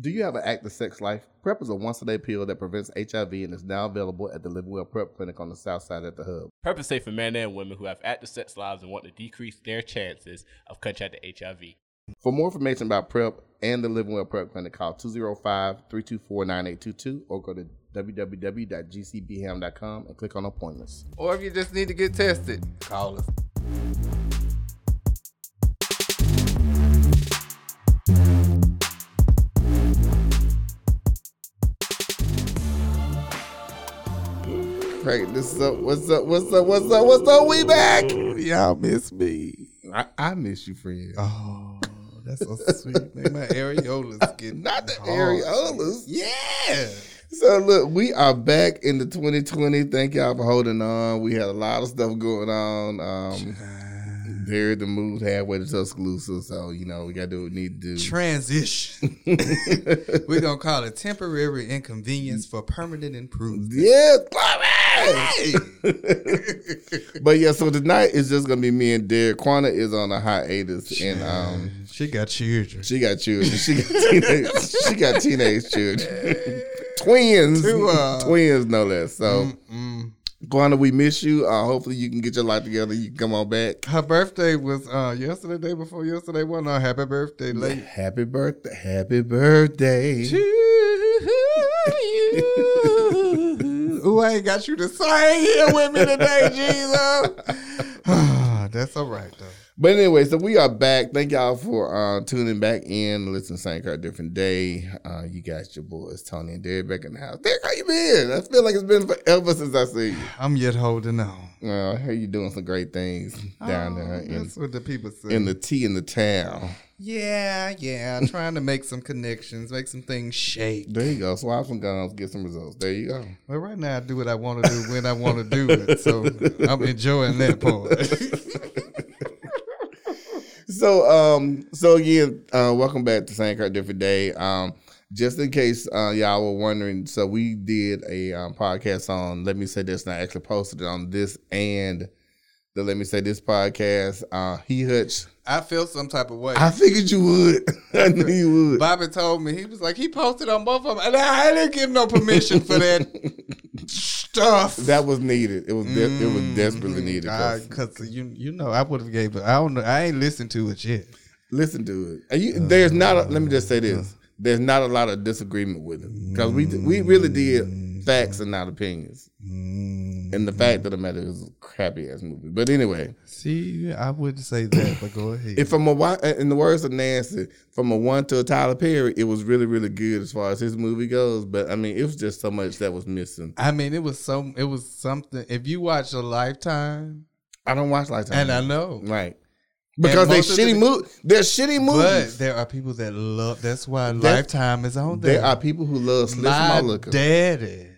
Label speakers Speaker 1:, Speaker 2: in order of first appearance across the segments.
Speaker 1: Do you have an active sex life? PrEP is a once a day pill that prevents HIV and is now available at the Live Well PrEP Clinic on the South Side at the Hub.
Speaker 2: PrEP is safe for men and women who have active sex lives and want to decrease their chances of contracting HIV.
Speaker 1: For more information about PrEP and the Living Well PrEP Clinic, call 205-324-9822 or go to www.gcbham.com and click on appointments.
Speaker 3: Or if you just need to get tested, call us.
Speaker 1: Craig, this is up. What's up? What's up? What's up? What's up? We back.
Speaker 3: Y'all miss me.
Speaker 1: I, I miss you, friend.
Speaker 3: Oh, that's so sweet. Man, my areolas getting
Speaker 1: Not the
Speaker 3: hard.
Speaker 1: areolas.
Speaker 3: Yeah.
Speaker 1: So look, we are back in the 2020. Thank y'all for holding on. We had a lot of stuff going on. Um, Barry the moved halfway to Tuscaloosa, so you know we got to do what we need to do.
Speaker 3: Transition. We're gonna call it temporary inconvenience for permanent improvement.
Speaker 1: Yes, but yeah, so tonight is just gonna be me and Derek. Quana is on a hiatus, and um,
Speaker 3: She got children.
Speaker 1: she got children. She got teenage. she got teenage children, twins,
Speaker 3: Two, uh,
Speaker 1: twins no less. So.
Speaker 3: Mm.
Speaker 1: Guana, we miss you. Uh, hopefully, you can get your life together. You can come on back.
Speaker 3: Her birthday was uh, yesterday, day before yesterday. Wasn't her happy birthday late?
Speaker 1: Happy birthday! Happy birthday!
Speaker 3: to you. Ooh, I ain't got you to sing here with me today, Jesus. That's all right, though.
Speaker 1: But anyway, so we are back. Thank y'all for uh, tuning back in. Listen, to Saint Car Different Day. Uh, you guys, your boys Tony and Derek back in the house. Derek, how you been? I feel like it's been forever since I see
Speaker 3: I'm yet holding on.
Speaker 1: you. Uh, I hear you doing some great things down
Speaker 3: Oh,
Speaker 1: there in,
Speaker 3: That's what the people say.
Speaker 1: in the tea in the town.
Speaker 3: yeah, yeah. Trying to make some connections, make some things shake.
Speaker 1: There you go. Swap some guns, get some results. There you go.
Speaker 3: But right now, I do what I want to do when I want to do it. So I'm enjoying that part.
Speaker 1: So um so again, uh welcome back to Same Card Different Day. Um just in case uh y'all were wondering, so we did a um, podcast on Let Me Say This and I actually posted it on this and the Let Me Say This podcast. Uh he hutch.
Speaker 3: I feel some type of way.
Speaker 1: I figured you would. I knew you would.
Speaker 3: Bobby told me he was like he posted on both of them, and I didn't give no permission for that stuff.
Speaker 1: That was needed. It was de- it was desperately
Speaker 3: Mhm.
Speaker 1: needed.
Speaker 3: I-
Speaker 1: 'cause
Speaker 3: Cause you you know I would have gave it. I don't know. I ain't listened to it yet.
Speaker 1: Listen to it. And you, there's not. A, let me just say this. There's not a lot of disagreement with it because we we really did facts and not opinions.
Speaker 3: Mm.
Speaker 1: And the
Speaker 3: Mm-hmm.
Speaker 1: fact of the matter is, a crappy ass movie. But anyway,
Speaker 3: See, I wouldn't say that, but go ahead.
Speaker 1: if from a one- in the words of Nancy, from a one to a Tyler Perry, it was really really good as far as his movie goes. But I mean, it was just so much that was missing.
Speaker 3: I mean, it was some. It was something. If you watch a Lifetime,
Speaker 1: I don't watch like
Speaker 3: and I
Speaker 1: that,
Speaker 3: know,
Speaker 1: right? Because they
Speaker 3: most of the-
Speaker 1: shitty move. They're shitty
Speaker 3: but
Speaker 1: movies.
Speaker 3: there are people that love. That's why
Speaker 1: That's-
Speaker 3: Lifetime is on there.
Speaker 1: There are people who love Slim
Speaker 3: My
Speaker 1: Malika.
Speaker 3: daddy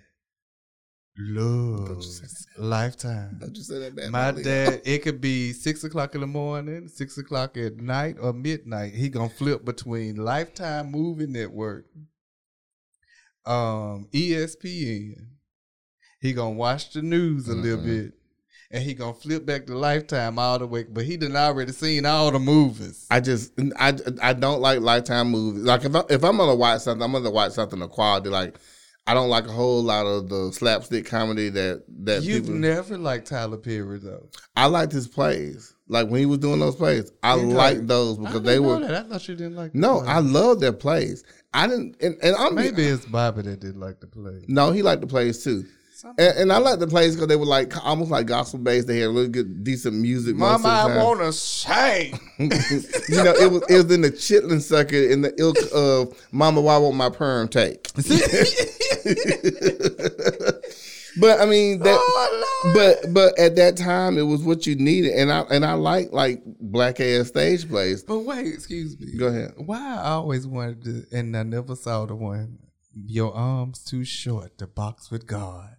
Speaker 1: Don't you say
Speaker 3: loves Lifetime.
Speaker 1: Don't you say that bad?
Speaker 3: My
Speaker 1: Malika.
Speaker 3: dad, it could be six o'clock in the morning, six o'clock at night, or midnight. He gonna flip between Lifetime Movie Network, um, ESPN. He gonna watch the news a little
Speaker 1: Mhm.
Speaker 3: bit, and he gonna flip back to Lifetime all the way. But he done already seen all the movies.
Speaker 1: I just I, I don't like lifetime movies. Like if I, if I'm gonna watch something, I'm gonna watch something of quality. Like I don't like a whole lot of the slapstick comedy that that
Speaker 3: You've
Speaker 1: people.
Speaker 3: never liked Tyler Perry though.
Speaker 1: I liked his plays. Like when he was doing those plays, I
Speaker 3: You
Speaker 1: liked
Speaker 3: like-
Speaker 1: those
Speaker 3: I
Speaker 1: because
Speaker 3: didn't
Speaker 1: they
Speaker 3: know
Speaker 1: were
Speaker 3: that. I thought you didn't like. the
Speaker 1: no.
Speaker 3: play.
Speaker 1: I love their plays. I didn't and, and I'm
Speaker 3: maybe it's Bobby that didn't like the play.
Speaker 1: no. He liked the plays too.
Speaker 3: Something-
Speaker 1: And, and I liked the plays because they were like almost like gospel based. They had really good, decent music. most of
Speaker 3: Mama,
Speaker 1: the time.
Speaker 3: I wanna sing.
Speaker 1: you know, it was it was in the chitlin circuit in the ilk of Mama, why won't my perm take? but I mean that
Speaker 3: Oh.
Speaker 1: but but at that time it was what you needed and I and I like like black ass stage plays.
Speaker 3: But wait, excuse me.
Speaker 1: Go ahead.
Speaker 3: Why I always wanted to, and I never saw the one. Your arms too short to box with God.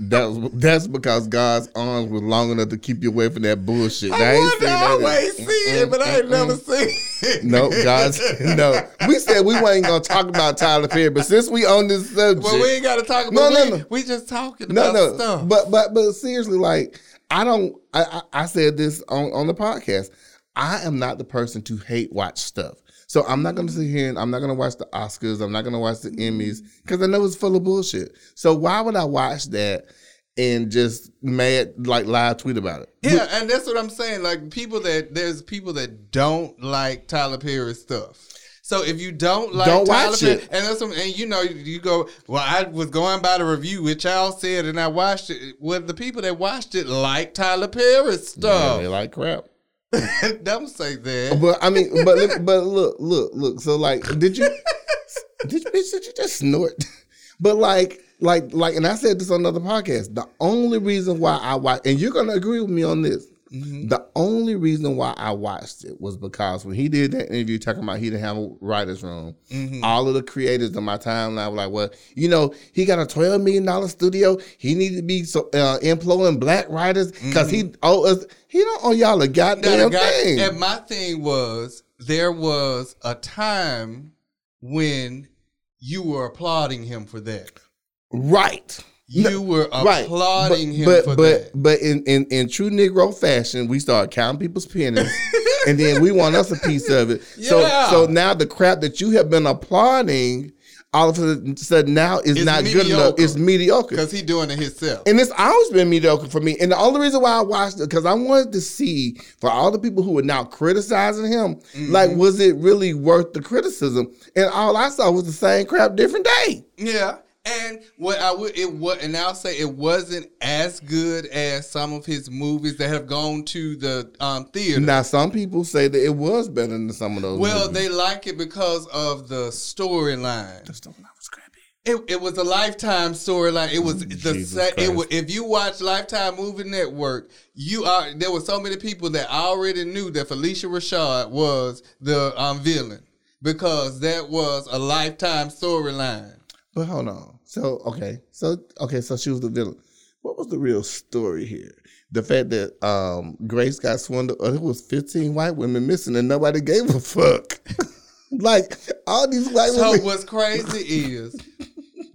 Speaker 1: That was, that's because God's arms were long enough to keep you away from that bullshit. Now,
Speaker 3: I
Speaker 1: ain't
Speaker 3: wanted
Speaker 1: seen
Speaker 3: to
Speaker 1: that in-
Speaker 3: always see it, but I ain't never seen it.
Speaker 1: No, God's no. We said we weren't gonna talk about Tyler Perry, but since we on this subject,
Speaker 3: Well, we ain't got to talk
Speaker 1: No,
Speaker 3: about.
Speaker 1: no,
Speaker 3: we,
Speaker 1: no.
Speaker 3: We just talking
Speaker 1: no,
Speaker 3: about
Speaker 1: no.
Speaker 3: stuff.
Speaker 1: But but but seriously, like I don't. I, I I said this on on the podcast. I am not the person to hate watch stuff. So I'm not gonna sit here and I'm not gonna watch the Oscars. I'm not gonna watch the Emmys because I know it's full of bullshit. So why would I watch that and just mad like live tweet about it?
Speaker 3: Yeah, and that's what I'm saying. Like people that there's people that don't like Tyler Perry's stuff. So if you don't like
Speaker 1: Don't
Speaker 3: Tyler
Speaker 1: watch
Speaker 3: Perry,
Speaker 1: it.
Speaker 3: and that's what, and you know you go well, I was going by the review which y'all said, and I watched it. Well, the people that watched it like Tyler Perry's
Speaker 1: Yeah,
Speaker 3: stuff.
Speaker 1: they like crap.
Speaker 3: don't say that.
Speaker 1: But I mean, but let- but look, look, look. So like, did you did you, bitch, did you just snort? But like, like, like, and I said this on another podcast. The only reason why I watched, and you're gonna agree with me on this. The only reason why I watched it was because when he did that interview talking about he didn't have a writer's room, all of the creators on my timeline were like, well, you know, he got a $12 million studio. He needed to be so, uh, employing black writers because he owe us, he don't owe y'all Mm-hmm. a
Speaker 3: Now,
Speaker 1: goddamn
Speaker 3: the guy-
Speaker 1: thing.
Speaker 3: And my thing was there was a time when you were applauding him for that.
Speaker 1: Right.
Speaker 3: You were
Speaker 1: Right.
Speaker 3: applauding
Speaker 1: but,
Speaker 3: him
Speaker 1: but,
Speaker 3: for
Speaker 1: but,
Speaker 3: that.
Speaker 1: But in, in, in true Negro fashion, we start counting people's pennies and then we want us a piece of it.
Speaker 3: Yeah.
Speaker 1: So so now the crap that you have been applauding all of a sudden now is
Speaker 3: It's
Speaker 1: not good enough.
Speaker 3: mediocre.
Speaker 1: It's mediocre.
Speaker 3: Because he doing it himself.
Speaker 1: And it's always been mediocre for me. And the only reason why I watched it, because I wanted to see for all the people who are now criticizing him, like,
Speaker 3: Mm-hmm.
Speaker 1: was it really worth the criticism? And all I saw was the same crap, different day.
Speaker 3: Yeah, and what I would it was, and I'll say it wasn't as good as some of his movies that have gone to the um, theater.
Speaker 1: Now, some people say that it was better than some of those.
Speaker 3: Well,
Speaker 1: movies.
Speaker 3: they like it because of the storyline.
Speaker 1: Just don't know what's crappy.
Speaker 3: It, it was a lifetime storyline. It was the
Speaker 1: Jesus
Speaker 3: sa- it
Speaker 1: Christ.
Speaker 3: was, if you watch Lifetime Movie Network, you are there were so many people that already knew that Felicia Rashad was the um, villain because that was a lifetime storyline.
Speaker 1: But hold on. So okay. So okay. So she was the villain. What was the real story here? The fact that um, Grace got swindled. Oh, there was fifteen white women missing, and nobody gave a fuck. like all these white
Speaker 3: So
Speaker 1: women.
Speaker 3: what's crazy is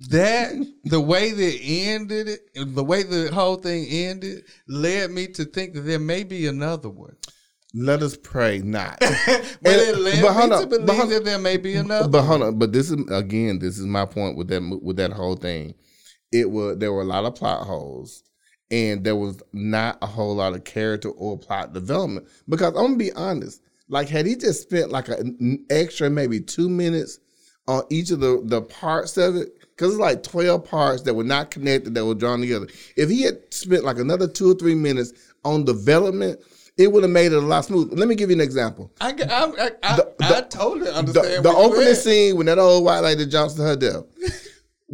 Speaker 3: that the way they ended it, the way the whole thing ended, led me to think that there may be another one.
Speaker 1: Let us pray not.
Speaker 3: But it led
Speaker 1: but hold
Speaker 3: me to
Speaker 1: on, but
Speaker 3: believe
Speaker 1: hold-
Speaker 3: that there may be another.
Speaker 1: but hold on. But this is again. This is my point with that mo- with that whole thing. It was there were a lot of plot holes, and there was not a whole lot of character or plot development. Because I'm gonna be honest, like had he just spent like an extra maybe two minutes on each of the the parts of it. Cause it's like twelve parts that were not connected that were drawn together. If he had spent like another two or three minutes on development, it would have made it a lot smoother. Let me give you an example
Speaker 3: I, g- I- I- I-
Speaker 1: the-
Speaker 3: I totally
Speaker 1: the,
Speaker 3: understand.
Speaker 1: the
Speaker 3: where you
Speaker 1: opening
Speaker 3: at.
Speaker 1: scene when that old white lady jumps to her death.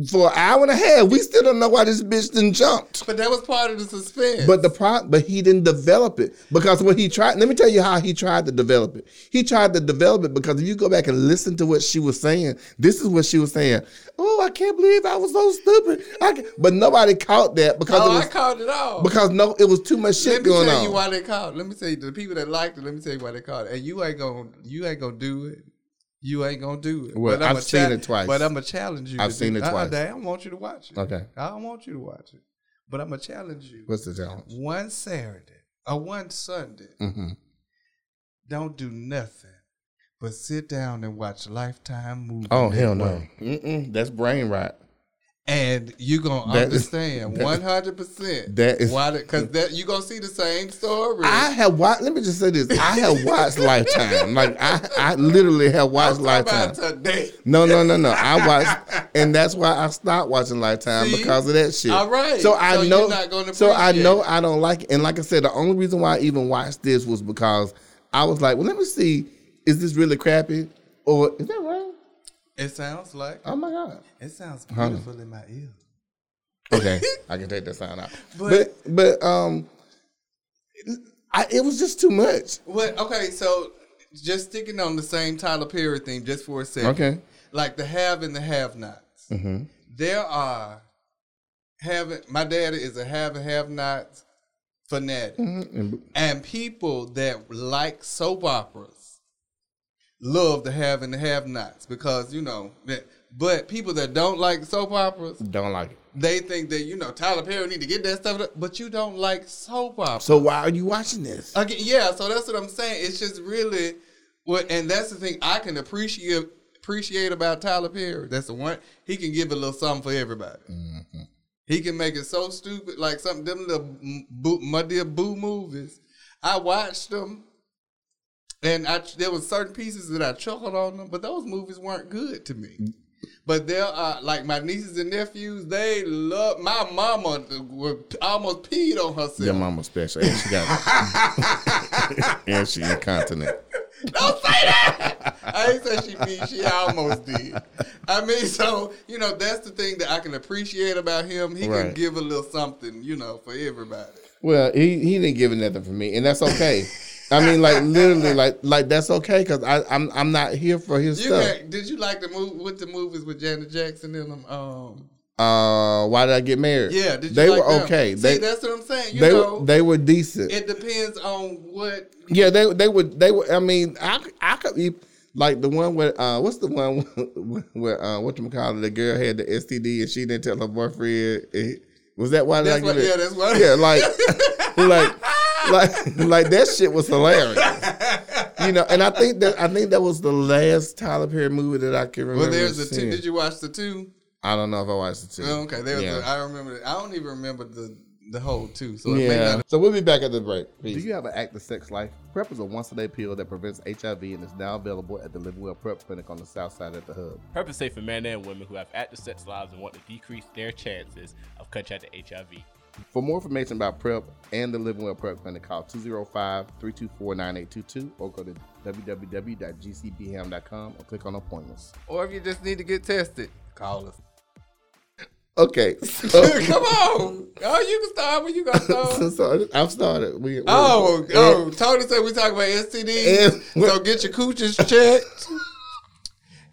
Speaker 1: For an hour and a half, we still don't know why this bitch didn't jumped.
Speaker 3: but that was part of the suspense.
Speaker 1: But the pro- but he didn't develop it because what he tried. Let me tell you how he tried to develop it. He tried to develop it because if you go back and listen to what she was saying, this is what she was saying. Oh, I can't believe I was so stupid. I can-" but nobody caught that because
Speaker 3: oh,
Speaker 1: it
Speaker 3: I
Speaker 1: was,
Speaker 3: called it off.
Speaker 1: because no, it was too much shit
Speaker 3: let me
Speaker 1: going
Speaker 3: tell
Speaker 1: on.
Speaker 3: you why they called. Let me tell you the people that liked it. Let me tell you why they called it. And you ain't gonna you ain't gonna do it. You ain't gonna do it.
Speaker 1: Well,
Speaker 3: I'ma
Speaker 1: I've seen
Speaker 3: chal-
Speaker 1: it twice.
Speaker 3: But I'm gonna challenge you.
Speaker 1: I've
Speaker 3: to
Speaker 1: seen
Speaker 3: do-
Speaker 1: it
Speaker 3: Uh-uh,
Speaker 1: twice.
Speaker 3: Dad, I don't want you to watch it.
Speaker 1: Okay.
Speaker 3: I don't want you to watch it. But I'm gonna challenge you.
Speaker 1: What's the challenge?
Speaker 3: One Saturday or one Sunday,
Speaker 1: hmm
Speaker 3: don't do nothing but sit down and watch Lifetime movies.
Speaker 1: Oh hell no! Mm-mm, that's brain rot.
Speaker 3: And you gonna
Speaker 1: That is-
Speaker 3: understand
Speaker 1: that-
Speaker 3: one hundred percent.
Speaker 1: that is-
Speaker 3: why because that you gonna see the same story.
Speaker 1: I have watched. Let me just say this: I have watched Lifetime. Like I, I literally have watched
Speaker 3: Talk about
Speaker 1: Lifetime.
Speaker 3: today.
Speaker 1: No, no, no, no. I watched, and that's why I stopped watching Lifetime
Speaker 3: See?
Speaker 1: because of that shit.
Speaker 3: All right.
Speaker 1: So I
Speaker 3: So you're
Speaker 1: know.
Speaker 3: not gonna
Speaker 1: so I
Speaker 3: appreciate
Speaker 1: know
Speaker 3: it.
Speaker 1: I don't like it. And like I said, the only reason why I even watched this was because I was like, well, let me see, is this really crappy, or is that right?
Speaker 3: It sounds like
Speaker 1: Oh my god.
Speaker 3: it sounds beautiful in my ear.
Speaker 1: Okay, I can take that sound out. But
Speaker 3: But-
Speaker 1: but, um, I, it was just too much.
Speaker 3: What? Okay, so just sticking on the same Tyler Perry thing just for a second.
Speaker 1: Okay.
Speaker 3: like the have and the have-nots.
Speaker 1: Mm-hmm.
Speaker 3: There are have. My daddy is a have and have-nots fanatic.
Speaker 1: Mm-hmm.
Speaker 3: and people that like soap operas love the have and the have nots because you know that but people that don't like soap operas
Speaker 1: Don't like it.
Speaker 3: they think that you know tyler perry need to get that stuff up, but you don't like soap operas
Speaker 1: So why are you watching this?
Speaker 3: Again, yeah so that's what i'm saying it's just really Well, and that's the thing I can appreciate appreciate about Tyler Perry. That's the one he can give a little something for everybody. He can make it so stupid, like some them little m- boo, my dear boo movies. I watched them, and I there was certain pieces that I chuckled on them, but those movies weren't good to me. But there are like my nieces and nephews. They love my mama. was- Almost peed on herself.
Speaker 1: Your mama's special. And she got And she incontinent.
Speaker 3: Don't say that. I ain't say she beat. She almost did. I mean, so you know, that's the thing that I can appreciate about him. He can
Speaker 1: Right.
Speaker 3: give a little something, you know, for everybody.
Speaker 1: Well, he, he didn't give it nothing for me, and that's okay. I mean, like literally, like like that's okay because I I'm I'm not here for his
Speaker 3: You
Speaker 1: stuff.
Speaker 3: got, did you like the move with the movies with Janet Jackson in them? Um,
Speaker 1: Uh, why did I get married?
Speaker 3: yeah, did you
Speaker 1: they
Speaker 3: like
Speaker 1: were
Speaker 3: them?
Speaker 1: okay.
Speaker 3: See,
Speaker 1: they
Speaker 3: that's what I'm saying. You
Speaker 1: they
Speaker 3: know,
Speaker 1: were they were decent.
Speaker 3: it depends on what.
Speaker 1: Yeah, they they would they would. I mean, I I could be like the one where uh, what's the one where uh, what you call it? The girl had the STD and she didn't tell her boyfriend. It- was that why? did
Speaker 3: That's
Speaker 1: I
Speaker 3: what.
Speaker 1: give it?
Speaker 3: Yeah, that's what.
Speaker 1: yeah, like, like, like, like that shit was hilarious. You know, and I think that I think that was the last Tyler Perry movie that I can remember.
Speaker 3: Well, there's the two.
Speaker 1: seeing.
Speaker 3: Did you watch the two?
Speaker 1: I don't know if I watched the two.
Speaker 3: Oh, okay, there was.
Speaker 1: Yeah.
Speaker 3: the- I remember. I don't even remember the the whole two. So it may not
Speaker 1: Yeah. So we'll be back at the break. Do you have an active sex life? PrEP is a once a day pill that prevents HIV and is now available at the Living Well PrEP Clinic on the south side at the hub.
Speaker 2: Purpose safe for men and women who have active sex lives and want to decrease their chances of contracting HIV.
Speaker 1: For more information about PrEP and the Living Well PrEP Clinic, call 205 324 9822 or go to www.gcbham.com and click on appointments.
Speaker 3: or if you just need to get tested, call us.
Speaker 1: Okay. So,
Speaker 3: Come on. Oh, you can start when you gonna
Speaker 1: so,
Speaker 3: start.
Speaker 1: so I've started. We, we-
Speaker 3: Oh, oh, Tony said we talking about STDs.
Speaker 1: And-
Speaker 3: so get your cooches checked.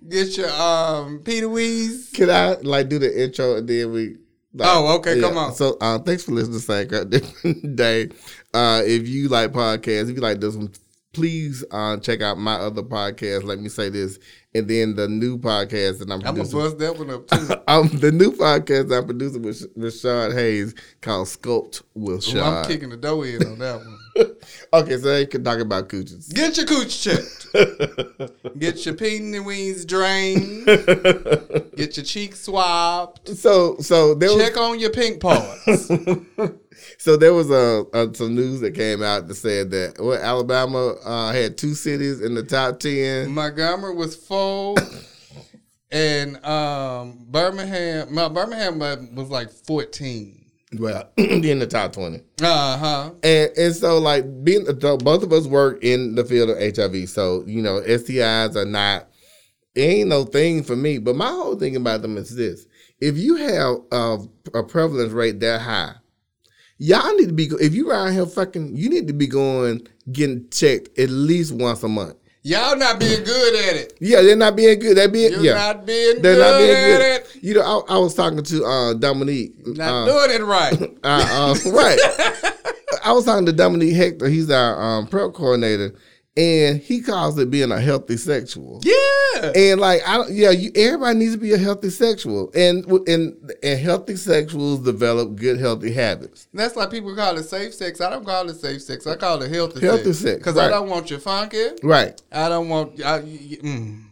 Speaker 3: Get your um Peter Wees.
Speaker 1: Can I like do the intro and then we? like-
Speaker 3: Oh, okay, come on.
Speaker 1: So, uh, thanks for listening to Sank Up Different Day. Uh, if you like podcasts, if you like this one, please uh, check out my other podcast. Let me say this, and then the new podcast that I'm
Speaker 3: I'm gonna
Speaker 1: producing.
Speaker 3: bust that one up too.
Speaker 1: um, the new podcast I'm producing with Sh- Rashad Hayes called Sculpt with
Speaker 3: Ooh, I'm
Speaker 1: Shad.
Speaker 3: kicking the door in on that one.
Speaker 1: okay, so they can talk about cooches.
Speaker 3: Get your cooch checked. Get your Peter Wees drained. Get your cheeks swabbed.
Speaker 1: So, so there was
Speaker 3: Check on your pink parts.
Speaker 1: So there was a, a some news that came out that said that well, Alabama uh, had two cities in the top ten.
Speaker 3: Montgomery was full, and um, Birmingham, no, Birmingham was like fourteen.
Speaker 1: Well, in the top twenty,
Speaker 3: Uh huh.
Speaker 1: and and so like being so both of us work in the field of HIV, so you know STIs are not it ain't no thing for me. But my whole thing about them is this: if you have a, a prevalence rate that high, y'all need to be if you around here fucking, you need to be going getting checked at least once a month.
Speaker 3: Y'all not being good at it.
Speaker 1: Yeah, they're not being good. They're being
Speaker 3: You're
Speaker 1: yeah.
Speaker 3: not being
Speaker 1: They're
Speaker 3: good,
Speaker 1: not being
Speaker 3: at
Speaker 1: good.
Speaker 3: it.
Speaker 1: You know, I, I was talking to uh, Dominique.
Speaker 3: Not
Speaker 1: uh,
Speaker 3: doing it right.
Speaker 1: uh, uh, right. I was talking to Dominique Hector. He's our um, prep coordinator, and he calls it being a healthy sexual.
Speaker 3: yeah.
Speaker 1: And like, I don't, yeah, you, everybody needs to be a healthy sexual, and w- and and healthy sexuals develop good healthy habits.
Speaker 3: That's why people call it safe sex. I don't call it safe sex. I call it healthy,
Speaker 1: Healthy
Speaker 3: sex.
Speaker 1: sex,
Speaker 3: Because I
Speaker 1: right.
Speaker 3: don't want you funky.
Speaker 1: Right.
Speaker 3: I don't want. I, y- y- mm.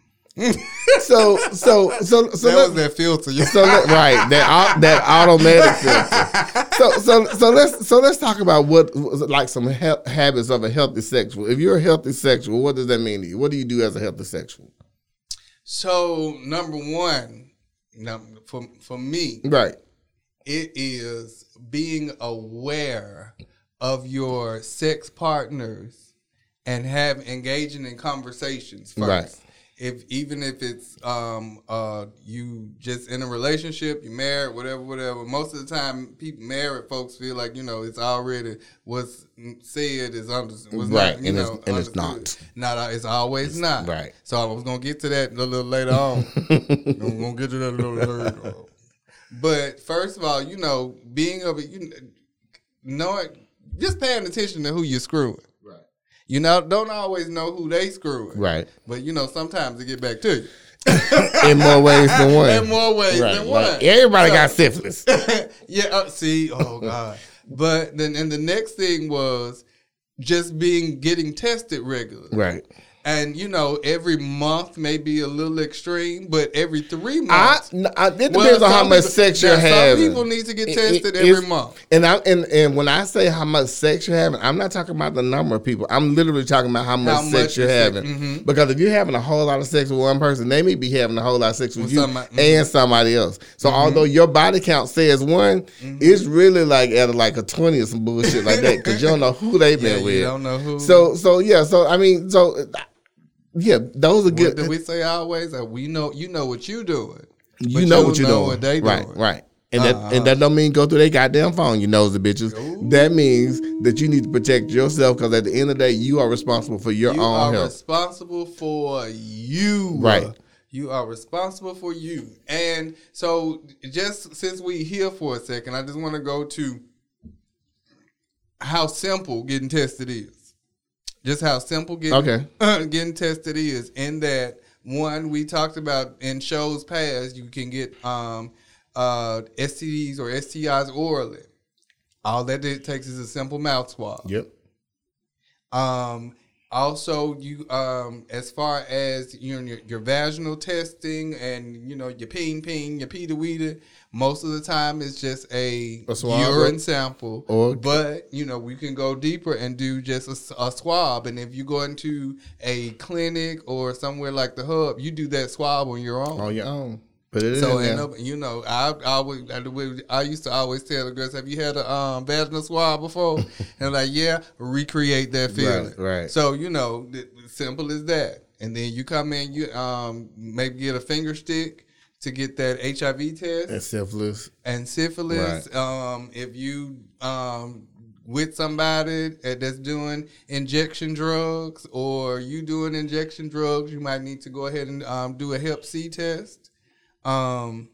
Speaker 1: So so so so
Speaker 3: That
Speaker 1: let-
Speaker 3: was that filter. You
Speaker 1: So let- right, that au- that automatic filter. So so so let's so let's talk about what like some hea- habits of a healthy sexual. If you're a healthy sexual, what does that mean to you? What do you do as a healthy sexual?
Speaker 3: So number one, number, for for me,
Speaker 1: Right.
Speaker 3: it is being aware of your sex partners and have engaging in conversations first.
Speaker 1: Right.
Speaker 3: If even if it's um uh you just in a relationship, you married, whatever, whatever. Most of the time, people married folks feel like you know it's already what's said is under was
Speaker 1: Right,
Speaker 3: not,
Speaker 1: and
Speaker 3: you
Speaker 1: it's-
Speaker 3: know,
Speaker 1: and it's
Speaker 3: understood. Not it's always not
Speaker 1: right.
Speaker 3: So I was gonna get to that a little later on. I'm gonna get to that a little later on. But first of all, you know, being of it, you know, just paying attention to who you're screwing.
Speaker 1: Right.
Speaker 3: You know, don't always know who they screwing.
Speaker 1: Right.
Speaker 3: But you know, sometimes it get back to you
Speaker 1: In more ways than one.
Speaker 3: in more ways
Speaker 1: right.
Speaker 3: than one.
Speaker 1: like, everybody
Speaker 3: So-
Speaker 1: got syphilis.
Speaker 3: yeah. Uh, see, oh god. But then, and the next thing was just being getting tested regularly.
Speaker 1: right.
Speaker 3: And you know, every month may be a little extreme, but every three
Speaker 1: I,
Speaker 3: months.
Speaker 1: n- I- it depends
Speaker 3: Well,
Speaker 1: on how
Speaker 3: some
Speaker 1: much
Speaker 3: people-
Speaker 1: sex
Speaker 3: now,
Speaker 1: you're having.
Speaker 3: Some people need to get
Speaker 1: It-
Speaker 3: tested
Speaker 1: it-
Speaker 3: every
Speaker 1: it's-
Speaker 3: month.
Speaker 1: And I and, and when I say how much sex you're having, I'm not talking about the number of people. I'm literally talking about how much
Speaker 3: How
Speaker 1: sex
Speaker 3: much
Speaker 1: you're
Speaker 3: you sex-
Speaker 1: having.
Speaker 3: mhm.
Speaker 1: Because if you're having a whole lot of sex with one person, they may be having a whole lot of sex with,
Speaker 3: With
Speaker 1: you
Speaker 3: somebody- Mm-hmm. mhm.
Speaker 1: and somebody else. So although your body count says one,
Speaker 3: Mm-hmm.
Speaker 1: it's really like at like a twenty or some bullshit like that because you don't know who they've
Speaker 3: Yeah,
Speaker 1: been
Speaker 3: you
Speaker 1: with.
Speaker 3: don't know who.
Speaker 1: So so yeah. So I mean so uh, yeah, those are
Speaker 3: What
Speaker 1: good.
Speaker 3: do we say always? That we know you know what you're doing. but
Speaker 1: you know what you're
Speaker 3: don't know
Speaker 1: doing.
Speaker 3: What they
Speaker 1: right,
Speaker 3: doing. Uh-huh.
Speaker 1: right. And that and that don't mean go through their goddamn phone, you nosy bitches. That means that you need to protect yourself because at the end of the day, you are responsible for your
Speaker 3: You
Speaker 1: own
Speaker 3: are
Speaker 1: health.
Speaker 3: responsible for you.
Speaker 1: Right.
Speaker 3: You are responsible for you. And so just since we here for a second, I just want to go to how simple getting tested is. Just how simple getting
Speaker 1: Okay.
Speaker 3: Uh, getting tested is in that one we talked about in shows past, you can get um uh STDs or STIs orally. All that it takes is a simple mouth swab.
Speaker 1: Yep.
Speaker 3: Um, also, you um, as far as you know, your, your vaginal testing and you know your ping ping, your pee weeder, most of the time it's just a,
Speaker 1: A swab,
Speaker 3: urine
Speaker 1: right?
Speaker 3: sample.
Speaker 1: Or-
Speaker 3: but you know we can go deeper and do just a s- a, swab. And if you go into a clinic or somewhere like the hub, you do that swab on your own.
Speaker 1: On your own. Put it
Speaker 3: So
Speaker 1: in
Speaker 3: and
Speaker 1: there.
Speaker 3: up- you know, I I, always, I would- I used to always tell the girls, "Have you had a um, vaginal swab before?" and like, yeah, recreate that feeling.
Speaker 1: Right, right.
Speaker 3: So you know, th- simple as that. And then you come in, you um maybe get a finger stick to get that HIV test
Speaker 1: That's syphilis.
Speaker 3: and syphilis. Um, if you um with somebody that- that's doing injection drugs or you doing injection drugs, you might need to go ahead and um, do a Hep C test. Um,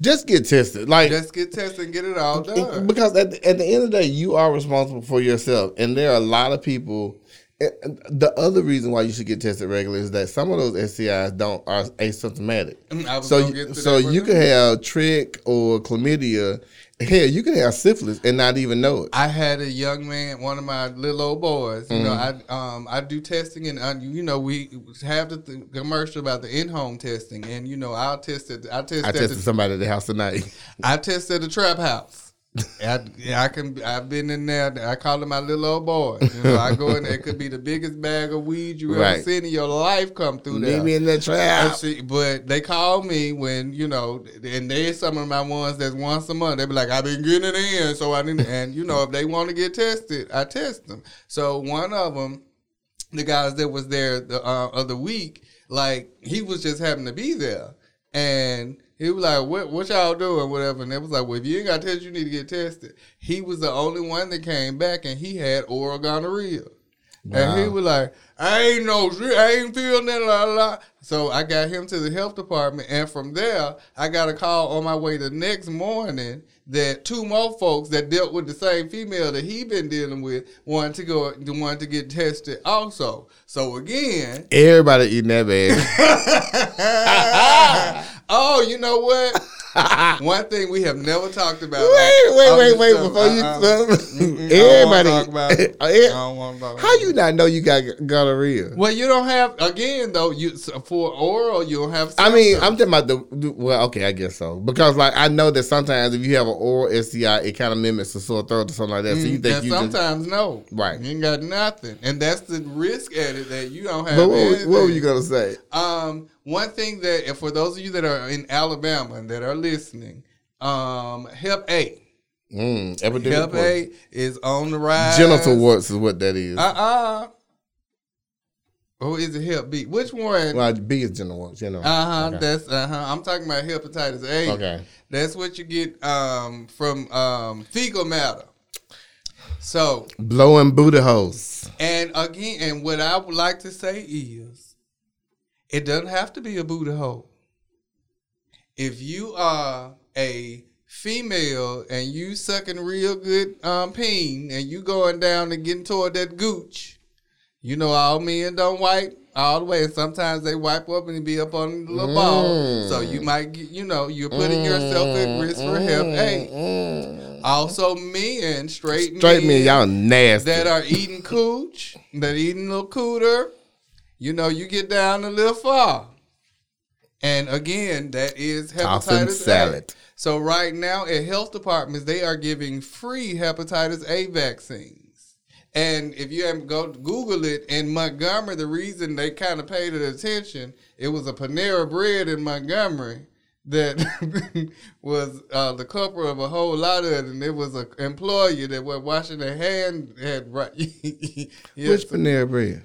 Speaker 1: Just get tested. Like
Speaker 3: just get tested and get it all done.
Speaker 1: because at the, at the end of the day, you are responsible for yourself, and there are a lot of people. and The other reason why you should get tested regularly is that some of those STIs don't are asymptomatic.
Speaker 3: Mm-hmm. I was
Speaker 1: So
Speaker 3: gonna
Speaker 1: you,
Speaker 3: get to
Speaker 1: so
Speaker 3: that right
Speaker 1: you
Speaker 3: now.
Speaker 1: could have trick or chlamydia. Hell, you could have syphilis and not even know it.
Speaker 3: I had a young man, one of my little old boys. You know, I um I do testing and uh, you know we have the th- commercial about the in home testing and you know I'll test it. I test
Speaker 1: I
Speaker 3: at the-
Speaker 1: tested somebody at the house tonight.
Speaker 3: I tested the trap house. I, I can. I've been in there. I call it my little old boy. You know, I go in there. It could be the biggest bag of weed you ever
Speaker 1: Right.
Speaker 3: seen in your life come through there.
Speaker 1: Leave me in that
Speaker 3: And
Speaker 1: trap.
Speaker 3: she- but they call me when you know, and there's some of my ones that's once a month. They be like, I've been getting it in, so I didn't. And you know, if they want to get tested, I test them. So one of them, the guys that was there the uh, other week, like he was just having to be there, and he was like, "What, what y'all doing, whatever?" And they was like, "Well, if you ain't got tested, you need to get tested." He was the only one that came back, and he had oral gonorrhea. And he was like, I ain't no shit, I ain't feel nothing, la, la, la. So I got him to the health department, and from there, I got a call on my way the next morning that two more folks that dealt with the same female that he been dealing with wanted to go, wanted to get tested also. So again,
Speaker 1: Everybody eating that bag.
Speaker 3: oh, you know what? One thing we have never talked about.
Speaker 1: wait,
Speaker 3: Oh, like,
Speaker 1: wait, wait, wait.
Speaker 3: on this show,
Speaker 1: Before you,
Speaker 3: uh-uh. Mm-mm,
Speaker 1: everybody. eh,
Speaker 3: I don't wanna talk about it. I don't wanna talk about
Speaker 1: How
Speaker 3: it.
Speaker 1: you not know you got gonorrhea?
Speaker 3: Well, you don't have again though. You for oral, you don't have.
Speaker 1: I mean,
Speaker 3: symptoms.
Speaker 1: I'm talking about the the- well. Okay, I guess so because like I know that sometimes if you have an oral STI, it kind of mimics a sore throat or something like that. So you think
Speaker 3: and
Speaker 1: you just,
Speaker 3: sometimes no,
Speaker 1: Right.
Speaker 3: You ain't got nothing, and that's the risk at it that you don't have.
Speaker 1: But what,
Speaker 3: anything.
Speaker 1: what were you gonna say?
Speaker 3: Um, one thing that and for those of you that are in Alabama and that are listening, um, Hep A,
Speaker 1: Mm, epidemic.
Speaker 3: Hep A is on the rise.
Speaker 1: Genital warts is what that is.
Speaker 3: Uh uh Oh, is it Hep B? Which one?
Speaker 1: well, B is genital warts. You know.
Speaker 3: Uh huh. That's uh huh. I'm talking about hepatitis A.
Speaker 1: Okay.
Speaker 3: That's what you get um, from um, fecal matter. So,
Speaker 1: Blowing booty holes.
Speaker 3: and again, and what I would like to say is, it doesn't have to be a booty hole. If you are a female and you sucking real good um, peen and you going down and getting toward that gooch, you know all men don't wipe all the way, and sometimes they wipe up and be up on the little ball. So you might get, you know, you're putting yourself at risk for hep A.
Speaker 1: Mm.
Speaker 3: Also, men, straight
Speaker 1: Straight me, y'all nasty.
Speaker 3: that are eating cooch, that eating little cooter, You know, you get down a little far. And again, that is
Speaker 1: Tossing
Speaker 3: hepatitis
Speaker 1: salad.
Speaker 3: A. So right now at health departments, they are giving free hepatitis A vaccines. And if you haven't go Google it in Montgomery, the reason they kind of paid it attention, it was a Panera Bread in Montgomery that was uh, the culprit of a whole lot of it, and it was an employee that was washing their hand had right. yes,
Speaker 1: Which Panera Bread?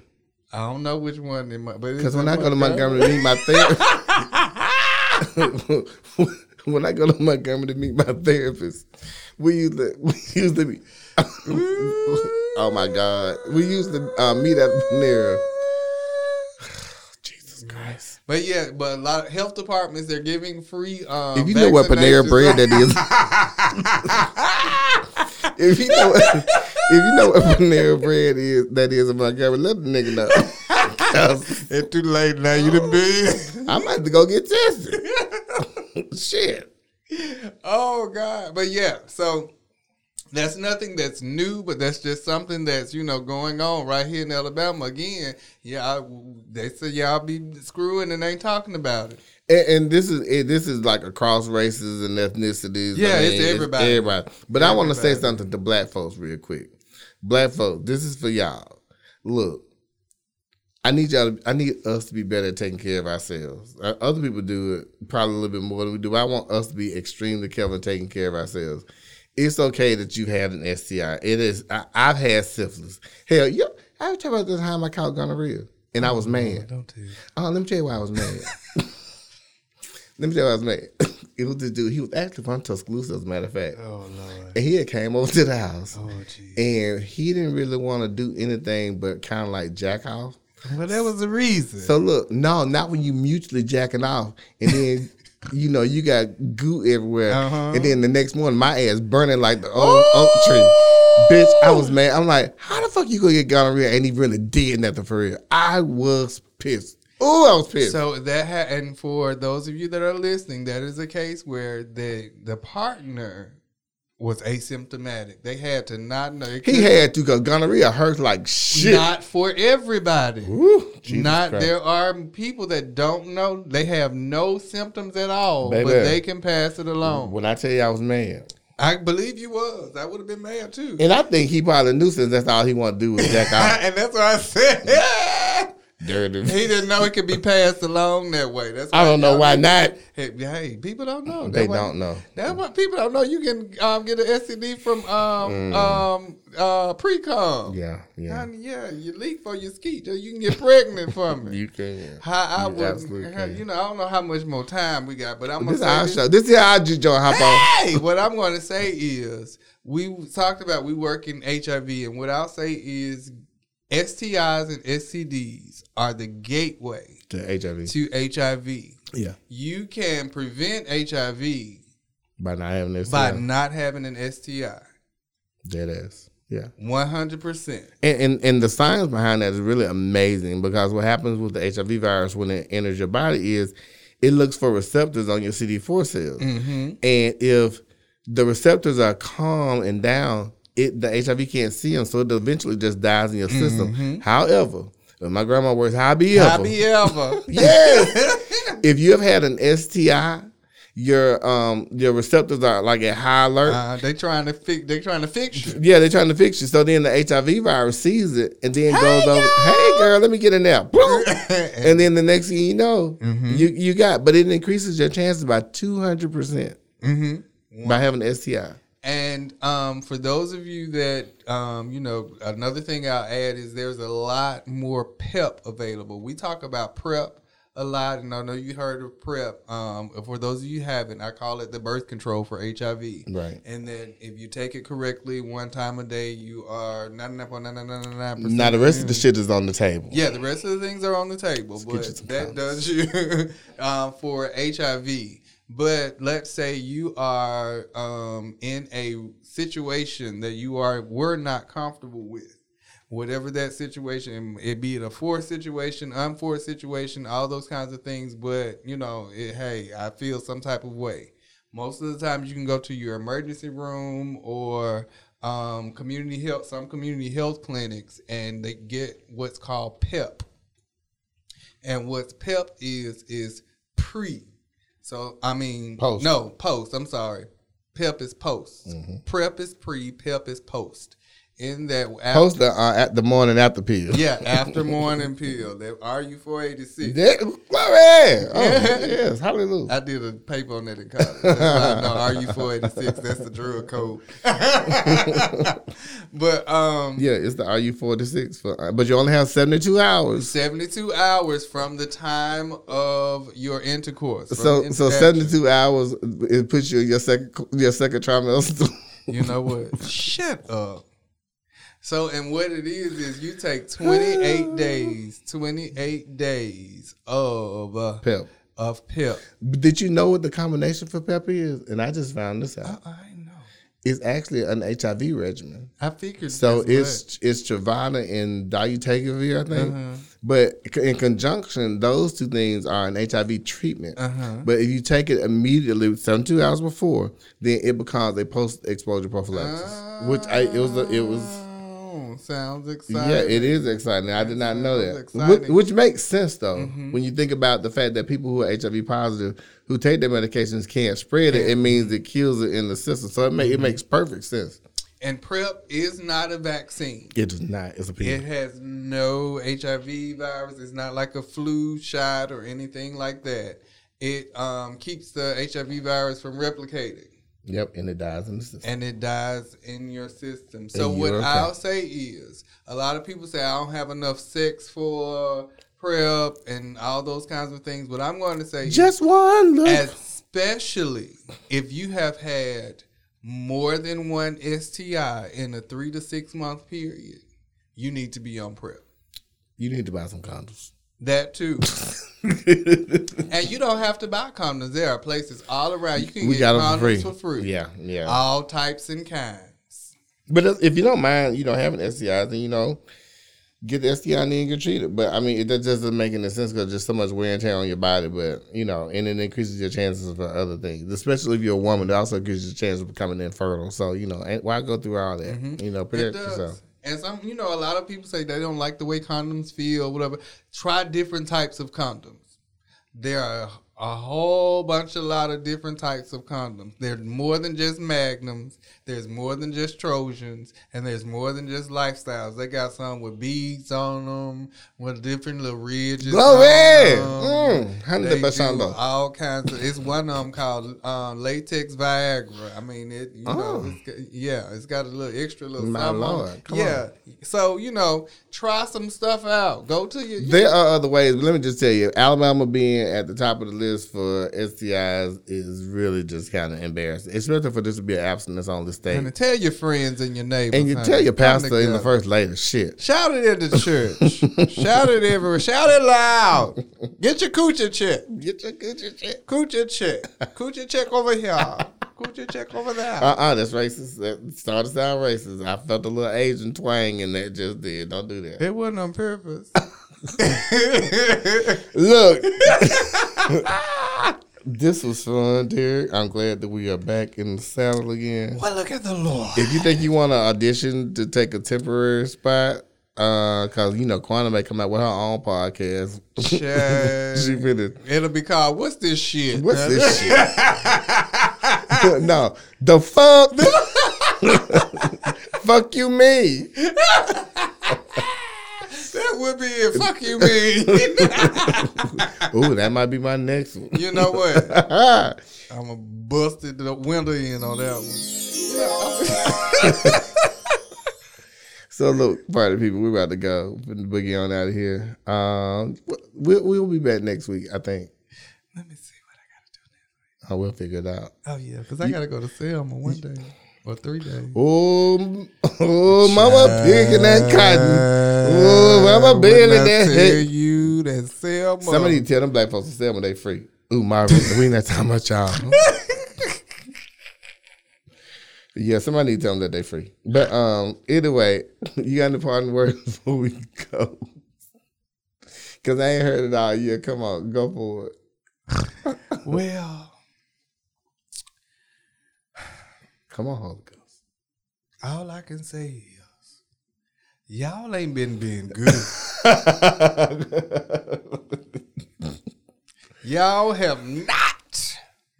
Speaker 3: I don't know which one, in my, but
Speaker 1: Because when I go to Montgomery to meet my therapist, when I go to Montgomery to meet my therapist, we used to we used to be. oh my God, we used to uh, meet at Panera. Jesus Christ!
Speaker 3: But yeah, but a lot of health departments they're giving free. Um,
Speaker 1: If you know what Panera
Speaker 3: vaccinations.
Speaker 1: Bread that is, if you know what, if you know what Panera Bread is, that is in Montgomery, let the nigga know. 'Cause
Speaker 3: it's too late now. You done been.
Speaker 1: I might have to go get tested. Shit.
Speaker 3: oh God! But yeah, so that's nothing that's new, but that's just something that's you know going on right here in Alabama again. Yeah, I, they say y'all be screwing and ain't talking about it.
Speaker 1: And, and this is it, this is like across races and ethnicities.
Speaker 3: Yeah, it's everybody.
Speaker 1: everybody. But I want to say
Speaker 3: Everybody.
Speaker 1: something to black folks real quick. Black folks, this is for y'all. Look, I need y'all. To, I need us to be better at taking care of ourselves. Uh, Other people do it probably a little bit more than we do. I want us to be extremely careful in taking care of ourselves. It's okay that you had an STI. It is. I, I've had syphilis. Hell, yeah. I was talking about the time I caught gonorrhea, and I was mad.
Speaker 3: Don't do.
Speaker 1: Oh, let me tell you why I was mad. let me tell you why I was mad. it was this dude. He was actually from Tuscaloosa, as a matter of fact,
Speaker 3: Oh Lord.
Speaker 1: and he had came over to the house,
Speaker 3: Oh jeez.
Speaker 1: and he didn't really want to do anything but kind of like jack off.
Speaker 3: Well, that was the reason.
Speaker 1: So look, no, not when you mutually jacking off, and then. You know, you got goo everywhere,
Speaker 3: Uh-huh.
Speaker 1: and then the next morning, my ass burning like the old oak tree, bitch. I was mad. I'm like, how the fuck you gonna get gonorrhea? And he really did nothing for real. I was pissed. Oh, I was pissed.
Speaker 3: So that ha- and for those of you that are listening, that is a case where the the partner was asymptomatic. They had to not know. It
Speaker 1: He
Speaker 3: could-
Speaker 1: had to because gonorrhea hurts like shit.
Speaker 3: not for everybody.
Speaker 1: Woo, Jesus
Speaker 3: not
Speaker 1: Christ.
Speaker 3: there are people that don't know. They have no symptoms at all,
Speaker 1: Baby.
Speaker 3: but they can pass it along.
Speaker 1: When I tell you I was mad,
Speaker 3: I believe you was. I would have been mad too.
Speaker 1: and I think he probably knew since that's all he wanted to do was jack out
Speaker 3: and that's what I said.
Speaker 1: dirty.
Speaker 3: he didn't know it could be passed along that way. That's
Speaker 1: I don't know why not.
Speaker 3: Hey, hey, people don't know.
Speaker 1: They
Speaker 3: That's why-
Speaker 1: don't know.
Speaker 3: That's what people don't know. You can um, get an STD from um, um, uh, pre-com.
Speaker 1: Mm. Yeah, yeah.
Speaker 3: Honey, yeah, you leak for your skeet, or you can get pregnant from it.
Speaker 1: You can.
Speaker 3: How I
Speaker 1: You Mm, absolutely
Speaker 3: would,
Speaker 1: can.
Speaker 3: you know, I don't know how much more time we got, but I'm gonna
Speaker 1: This is
Speaker 3: say
Speaker 1: our
Speaker 3: this.
Speaker 1: show. This is our G Joe hop on.
Speaker 3: Hey, what I'm going to say is we talked about we work in HIV, and what I'll say is STIs and STDs are the gateway
Speaker 1: To HIV.
Speaker 3: to HIV.
Speaker 1: Yeah.
Speaker 3: You can prevent HIV
Speaker 1: By not having this.
Speaker 3: by
Speaker 1: By
Speaker 3: not having an STI.
Speaker 1: dead ass. Yeah.
Speaker 3: 100%.
Speaker 1: And, and and the science behind that is really amazing because what happens with the HIV virus when it enters your body is it looks for receptors on your CD4 cells,
Speaker 3: Mm-hmm.
Speaker 1: and if the receptors are calm and down, it the HIV can't see them, so it eventually just dies in your
Speaker 3: Mm-hmm.
Speaker 1: system. However, when my grandma works, hobby ever,
Speaker 3: Happy ever.
Speaker 1: yes, if you have had an STI, your um your receptors are like at high alert.
Speaker 3: Uh, they trying to fix. They trying to fix you.
Speaker 1: Yeah, they're trying to fix you. So then the HIV virus sees it and then goes over. Hey, girl, let me get in there. Boom. and then the next thing you know, you you got. But it increases your chances by two hundred percent by having an STI.
Speaker 3: And um, for those of you that, um, you know, another thing I'll add is there's a lot more PEP available. We talk about PrEP a lot, and I know you heard of PrEP. Um, for those of you who haven't, I call it the birth control for HIV.
Speaker 1: Right.
Speaker 3: And then if you take it correctly one time a day, you are 99.999%.
Speaker 1: Now the rest of the shit is on the table.
Speaker 3: Yeah, the rest of the things are on the table,
Speaker 1: get you
Speaker 3: but
Speaker 1: some
Speaker 3: that does you um, for HIV. But let's say you are um, in a situation that you are were not comfortable with, whatever that situation, it be it a forced situation, unforced situation, all those kinds of things. But you know, it, hey, I feel some type of way. Most of the time, you can go to your emergency room or um, E community health, some community health clinics, and they get what's called PEP, And what PEP is is pre. So I mean,
Speaker 1: Post. Mm-hmm.
Speaker 3: no post. I'm sorry. PEP is post. Prep is pre. PEP is post. In that after,
Speaker 1: Post the uh, at the morning after pill.
Speaker 3: yeah after morning pill. That RU486.
Speaker 1: That, glory! Oh, yes, hallelujah.
Speaker 3: I did a paper on that in college. That's why I know RU486. That's the drill code. but um,
Speaker 1: yeah, it's the RU forty six, uh, but you only have seventy two hours.
Speaker 3: 72 hours from the time of your intercourse. from
Speaker 1: So, so
Speaker 3: interaction.
Speaker 1: seventy two hours it puts you in your second your second trimester.
Speaker 3: You know what? Shut up. So, and what it is is you take 28 days, 28 days of uh,
Speaker 1: Pep,
Speaker 3: of pip.
Speaker 1: did you know what the combination for Pep is? And I just found this out.
Speaker 3: I know.
Speaker 1: It's actually an HIV regimen.
Speaker 3: I figured.
Speaker 1: So
Speaker 3: that's
Speaker 1: it's it's Travana and dolutegravir, I think. But c- in conjunction, those two things are an HIV treatment. But if you take it immediately, seventy two hours before, then it becomes a post exposure prophylaxis, which I it was a- it was.
Speaker 3: what- Oh, sounds exciting.
Speaker 1: Yeah, it is exciting. I did not know that,
Speaker 3: Sounds
Speaker 1: which,
Speaker 3: exciting. Mm-hmm.
Speaker 1: which makes sense though when you think about the fact that people who are HIV positive who take their medications can't spread it. It means it kills it in the system, so it make,
Speaker 3: Mm-hmm.
Speaker 1: it makes perfect sense.
Speaker 3: and PrEP is not a vaccine.
Speaker 1: It is not. It's a pill.
Speaker 3: It has no HIV virus. It's not like a flu shot or anything like that. It um, keeps the HIV virus from replicating.
Speaker 1: Yep, and it dies in the system.
Speaker 3: and it dies in your system. So
Speaker 1: you're
Speaker 3: what
Speaker 1: okay.
Speaker 3: I'll say is, a lot of people say I don't have enough sex for prep and all those kinds of things. What I'm going to say
Speaker 1: Just one look.
Speaker 3: is, especially if you have had more than one STI in a three to six month period, you need to be on prep.
Speaker 1: you need to buy some condoms.
Speaker 3: That too, and you don't have to buy condoms. There are places all around you can
Speaker 1: we
Speaker 3: get
Speaker 1: got
Speaker 3: condoms
Speaker 1: them for free.
Speaker 3: for free.
Speaker 1: Yeah, yeah.
Speaker 3: all types and kinds.
Speaker 1: but if- if you don't mind, you know, having STIs, then you know, get the STI and then get treated. But I mean, it that just doesn't make any sense because just so much wear and tear on your body. But you know, and it increases your chances for other things, especially if you're a woman. It also increases your chances of becoming infertile. So you know, ain't- why go through all that? You know,
Speaker 3: Mm-hmm. It
Speaker 1: protect
Speaker 3: does.
Speaker 1: yourself.
Speaker 3: And some, you know, a lot of people say they don't like the way condoms feel, whatever. Try different types of condoms. There are a whole bunch, a lot of different types of condoms. There's more than just magnums. There's more than just Trojans, and there's more than just lifestyles. They got some with beads on them, with different little ridges.
Speaker 1: Glory!
Speaker 3: on 'em.
Speaker 1: Mm, hundred
Speaker 3: They
Speaker 1: percent
Speaker 3: do
Speaker 1: though.
Speaker 3: all kinds of. It's one of them called um, latex Viagra. I mean, it. You
Speaker 1: Oh.
Speaker 3: know, it's, got- yeah, it's got a little extra little.
Speaker 1: My
Speaker 3: something on
Speaker 1: Lord,
Speaker 3: it.
Speaker 1: come
Speaker 3: um, yeah. So you know, try some stuff out. Go to your.
Speaker 1: There are other ways, but let me just tell you, Alabama being at the top of the list for STIs is really just kind of embarrassing, especially for this to be an abstinence on the state.
Speaker 3: and tell your friends and your neighbors.
Speaker 1: And you
Speaker 3: honey.
Speaker 1: tell your
Speaker 3: Come
Speaker 1: pastor and the
Speaker 3: together.
Speaker 1: first lady, shit.
Speaker 3: Shout it at the church. Shout it everywhere. Shout it loud. Get your coochie check.
Speaker 1: Get your, get your shit.
Speaker 3: Coochie check. Coochie check over here. Coochie check over there.
Speaker 1: Uh-uh, that's racist. That started to sound racist. I felt a little Asian twang in that just did. Don't do that.
Speaker 3: it wasn't on purpose.
Speaker 1: Look. this was fun, Derek. I'm glad that we are back in the saddle again.
Speaker 3: well, look at the Lord.
Speaker 1: If you think you want to audition to take a temporary spot, because you know Quantum may come out with her own podcast. she
Speaker 3: Shit.
Speaker 1: finna.
Speaker 3: It'll be called "What's This Shit?"
Speaker 1: What's this shit? no, the fuck. fuck you, me.
Speaker 3: That would be it. Fuck you, me.
Speaker 1: Ooh, that might be my next one.
Speaker 3: you know what?
Speaker 1: Ah,
Speaker 3: I'm gonna bust it the window in on that one.
Speaker 1: so look, party people, we're about to go. Putting the boogie on out of here. Um, we'll, we'll be back next week, I think.
Speaker 3: Let me see what I gotta do.
Speaker 1: I will figure it out.
Speaker 3: Oh yeah, because I gotta go to Selma one day or three days.
Speaker 1: Oh, m- oh, mama picking that cotton.
Speaker 3: Oh,
Speaker 1: Mama Billy, that
Speaker 3: tell
Speaker 1: hit.
Speaker 3: you that Selma.
Speaker 1: Somebody tell them black folks to sell when they free. Ooh, Marvin, we ain't not talking about y'all. yeah, somebody need to tell them that they free. But um, either way, you got any parting words before we go? Cause I ain't heard it all year. Come on, go for it.
Speaker 3: Well,
Speaker 1: Come on, Holy Ghost.
Speaker 3: all I can say is, Y'all ain't been being good. Y'all have not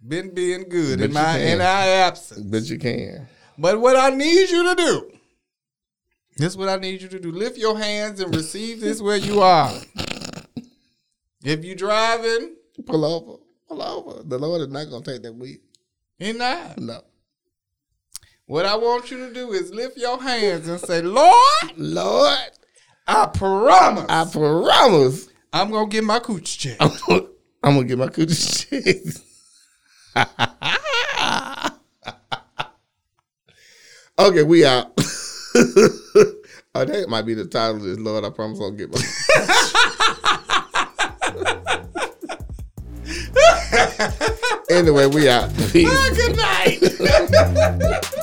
Speaker 3: been being good
Speaker 1: But
Speaker 3: in
Speaker 1: you
Speaker 3: my
Speaker 1: can.
Speaker 3: in our absence.
Speaker 1: But you can.
Speaker 3: But what I need you to do, this is what I need you to do. Lift your hands and receive this where you are. If you driving,
Speaker 1: Pull over. Pull over. The Lord is not going to take that weed.
Speaker 3: and not.
Speaker 1: No.
Speaker 3: What I want you to do is lift your hands and say, Lord,
Speaker 1: Lord,
Speaker 3: I promise
Speaker 1: I promise
Speaker 3: I'm gonna get my cooch check.
Speaker 1: I'm gonna, I'm gonna get my coochie checked. okay, we out. oh, that might be the title of this. Lord, I promise I'll get my. anyway, we out. Peace.
Speaker 3: Good night.